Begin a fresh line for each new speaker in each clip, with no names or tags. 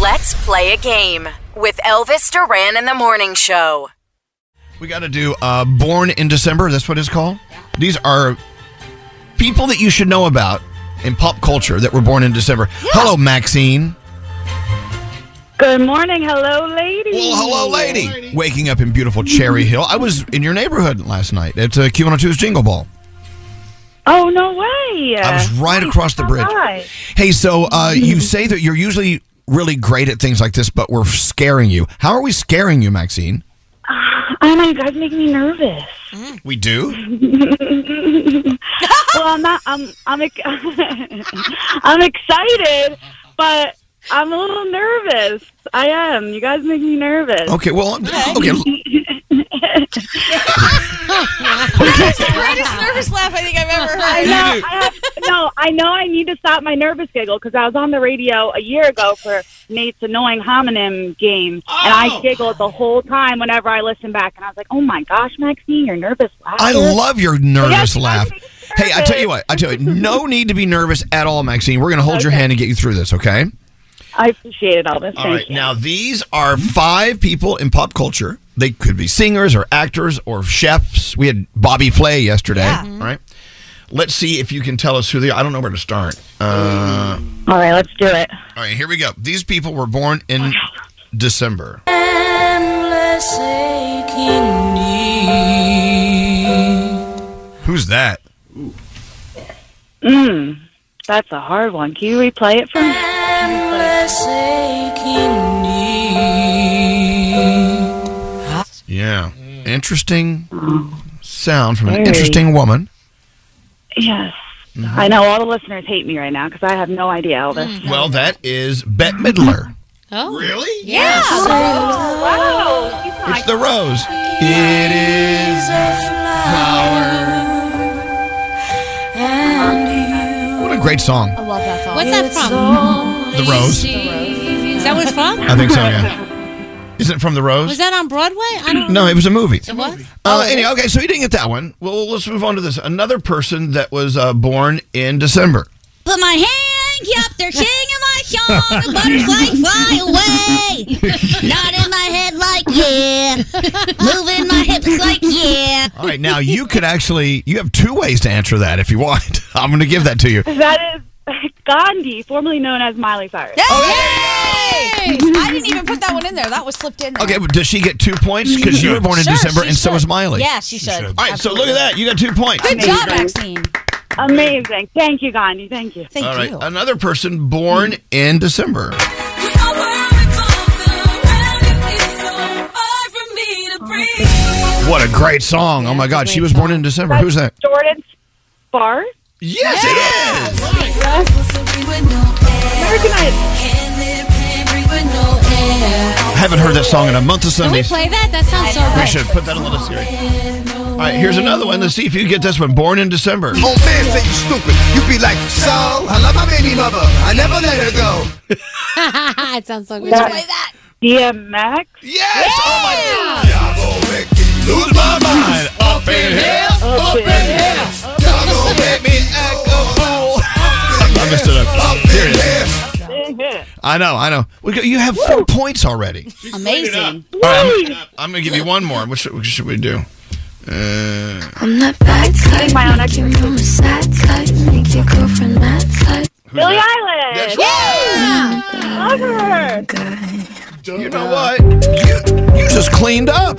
Let's play a game with Elvis Duran in the Morning Show.
We got to do uh, Born in December. That's what it's called. These are people that you should know about in pop culture that were born in December. Hello, Maxine.
Good morning. Hello, ladies.
Well, hello, lady. Waking up in beautiful Cherry Hill. I was in your neighborhood last night at uh, Q102's Jingle Ball.
Oh, no way.
I was right
Nice.
across the
All
bridge.
right. Mm-hmm.
Hey, so uh, you say that you're usually really great at things like this, but we're scaring you. How are we scaring you, Maxine?
I know Oh, you guys make me nervous.
We do.
well, I'm not. I'm. I'm. ex- I'm excited, but I'm a little nervous. I am. You guys make me nervous.
Okay. Well. Okay.
That's the greatest nervous laugh I think I've ever
I
heard.
know. I have, no, I know. I need to stop my nervous giggle because I was on the radio a year ago for Nate's annoying homonym game, and
Oh.
I giggled the whole time whenever I listened back. And I was like, "Oh my gosh, Maxine, you're nervous." Laughter.
I love your nervous
Yes, I'm
laugh.
nervous.
Hey, I tell you what, I tell you, no need to be nervous at all, Maxine. We're going to hold your
Okay.
hand and get you through this, okay?
I appreciate it all this.
All
Thank
right.
you.
Now, these are five people in pop culture. They could be singers or actors or chefs. We had Bobby Flay yesterday. All right. Let's see if you can tell us who they are. I don't know where to start. Uh,
all right, let's do it.
all right, here we go. These people were born in December. Who's that?
Mm, that's a hard one. Can you replay it for me?
Yeah. Interesting sound from an
Very.
interesting woman.
Yes.
Mm-hmm.
I know all the listeners hate me right now because I have no idea, Elvis.
Well, that is Bette Midler.
Oh,
Really?
yeah.
Wow. She's not-
It's the rose. It is flower. What a great song.
I love that song.
What's that from?
The rose.
Is that what it's from?
I think so, yeah. Isn't it from the rose?
Was that on Broadway? I don't
no, it was a movie.
It was?
Oh.
Uh, anyway, okay, so he didn't get that one. Well, let's move on to this. Another person that was uh, born in December.
Put my hand up They're singing my song, the butterflies fly away. Nodding my head like yeah, moving my hips like yeah.
All right, now you could actually you have two ways to answer that if you want. I'm going to give that to you.
That is Gandhi, formerly known as Miley Cyrus.
Yay! I didn't even put that one in there. That was slipped in there.
Okay, but does she get two points because you were born in
Sure,
December
she
and so
should.
was Miley?
Yeah, she should.
All right, so look at that. You got two points.
Good job, Maxine.
Amazing. Thank you, Gandhi. Thank you.
Thank
All right,
you.
another person born in December. What a great song! oh my God, she was born in December. Who's that?
Jordan Sparks.
Yes, it is.
American Idol.
Haven't heard that song in a month of
Can we
Sundays.
play that? That sounds so
We
good.
should put that on the list here. All right, here's another one. Let's see if you get this one. Born in December.
Oh man, say you stupid. You be like, so I love my baby mother. I never let her go.
it sounds so good.
DMX.
Yes! Oh my God!
Y'all gon' make me lose my mind. Up in here, up in here. Y'all gon' make me act a fool.
I messed it up.
Up
Here
in
it is.
here.
I know, I know. We got, you have four points already.
Amazing.
All right, I'm- I'm, going to give you one more. What should, what should we do? Uh,
I'm not bad type.
My own ex-
I'm a sad type. Make your girlfriend mad type.
Billie Eilish. Love her.
you know what? You, you just cleaned up.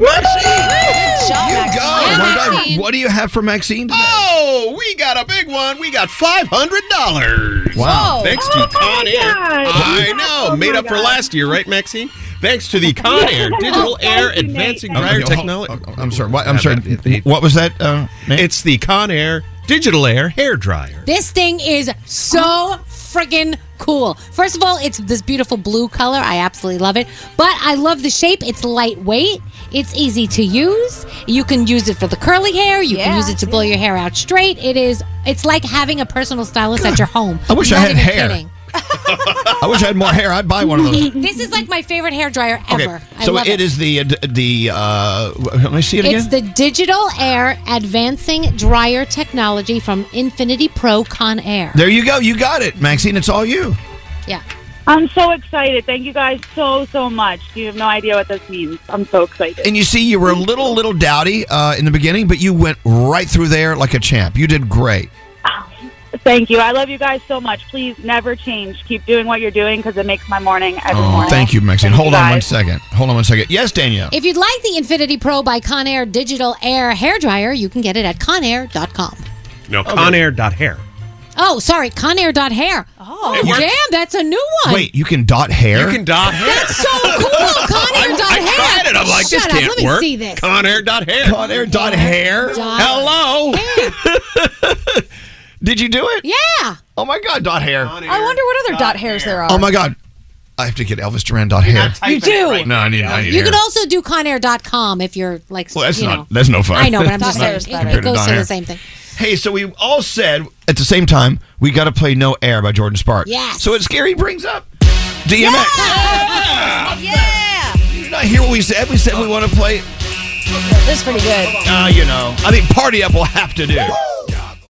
Maxine!
job,
You go.
Maxine.
Oh my God,
Maxine.
What do you have for Maxine? today?
Oh, we got a big one. We got $500.
Wow.
Thanks
Oh
to Con Air.
God.
I know.
Oh
Made
my
up for
God.
last year, right, Maxine? Thanks to the Con Air Digital Air
Thank you, Nate.
Advancing
Thank
Okay,
Dryer
hold-
Technology.
oh, I'm sorry. What, I'm sorry. What was that? Uh, Nate?
It's the Con Air Digital Air Hair Dryer.
This thing is so friggin' cool. First of all, it's this beautiful blue color. I absolutely love it. But I love the shape. It's lightweight. It's easy to use. You can use it for the curly hair. You can
Yeah,
use it to blow your hair out straight. It is. It's like having a personal stylist at your home.
I wish I
Not
had
even
hair.
kidding.
I wish I had more hair. I'd buy one of those.
This is like my favorite hair dryer
Okay,
ever. I
so
love
it is the uh, d- the uh, w- let me see it again.
It's the Digital Air Advancing Dryer Technology from Infinity Pro Con Air.
there you go. You got it, Maxine. It's all you.
Yeah.
I'm so excited. Thank you guys so, so much. You have no idea what this means. I'm so excited.
And you see, you
Mm-hmm.
were a little little dowdy uh, in the beginning, but you went right through there like a champ. You did great.
Thank you. I love you guys so much. Please never change. Keep doing what you're doing because it makes my morning every morning.
Oh, Thank you, Maxine. Hold on one
guys.
second. Hold on one second. Yes, Danielle.
If you'd like the Infinity Pro by Conair Digital Air Hair Dryer, you can get it at conair.com.
No, Con Air dot Hair.
Oh, sorry, conair.hair. Oh,
It works.
damn, that's a new one.
Wait, you can dot hair.
You can dot hair.
So cool, conair.hair.
I tried it. I'm like,
Shut
this
up.
can't
Let me
work.
see this.
Con Air dot hair.
dot air dot hair.
Dot-
Hello.
Did you do it?
yeah.
Oh my God, dot hair.
I wonder what other dot hairs there are.
Oh my God, I have to get Elvis Duran dot hair.
you do.
No, I need. I need
You
hair.
can also do conair.com if you're like,
well, that's
you
not.
know.
That's no fun.
I know, but I'm
Dot
just
hair
saying.
is better.
It goes
Dot
to
hair.
the same thing.
Hey, so we all said at the same time, we got to play No Air by Jordan Sparks.
Yes.
So what Scary brings up DMX.
Yeah.
Did you not hear what we said? We said we want to play,
This is pretty good.
uh, you know, I think Party Up will have to do.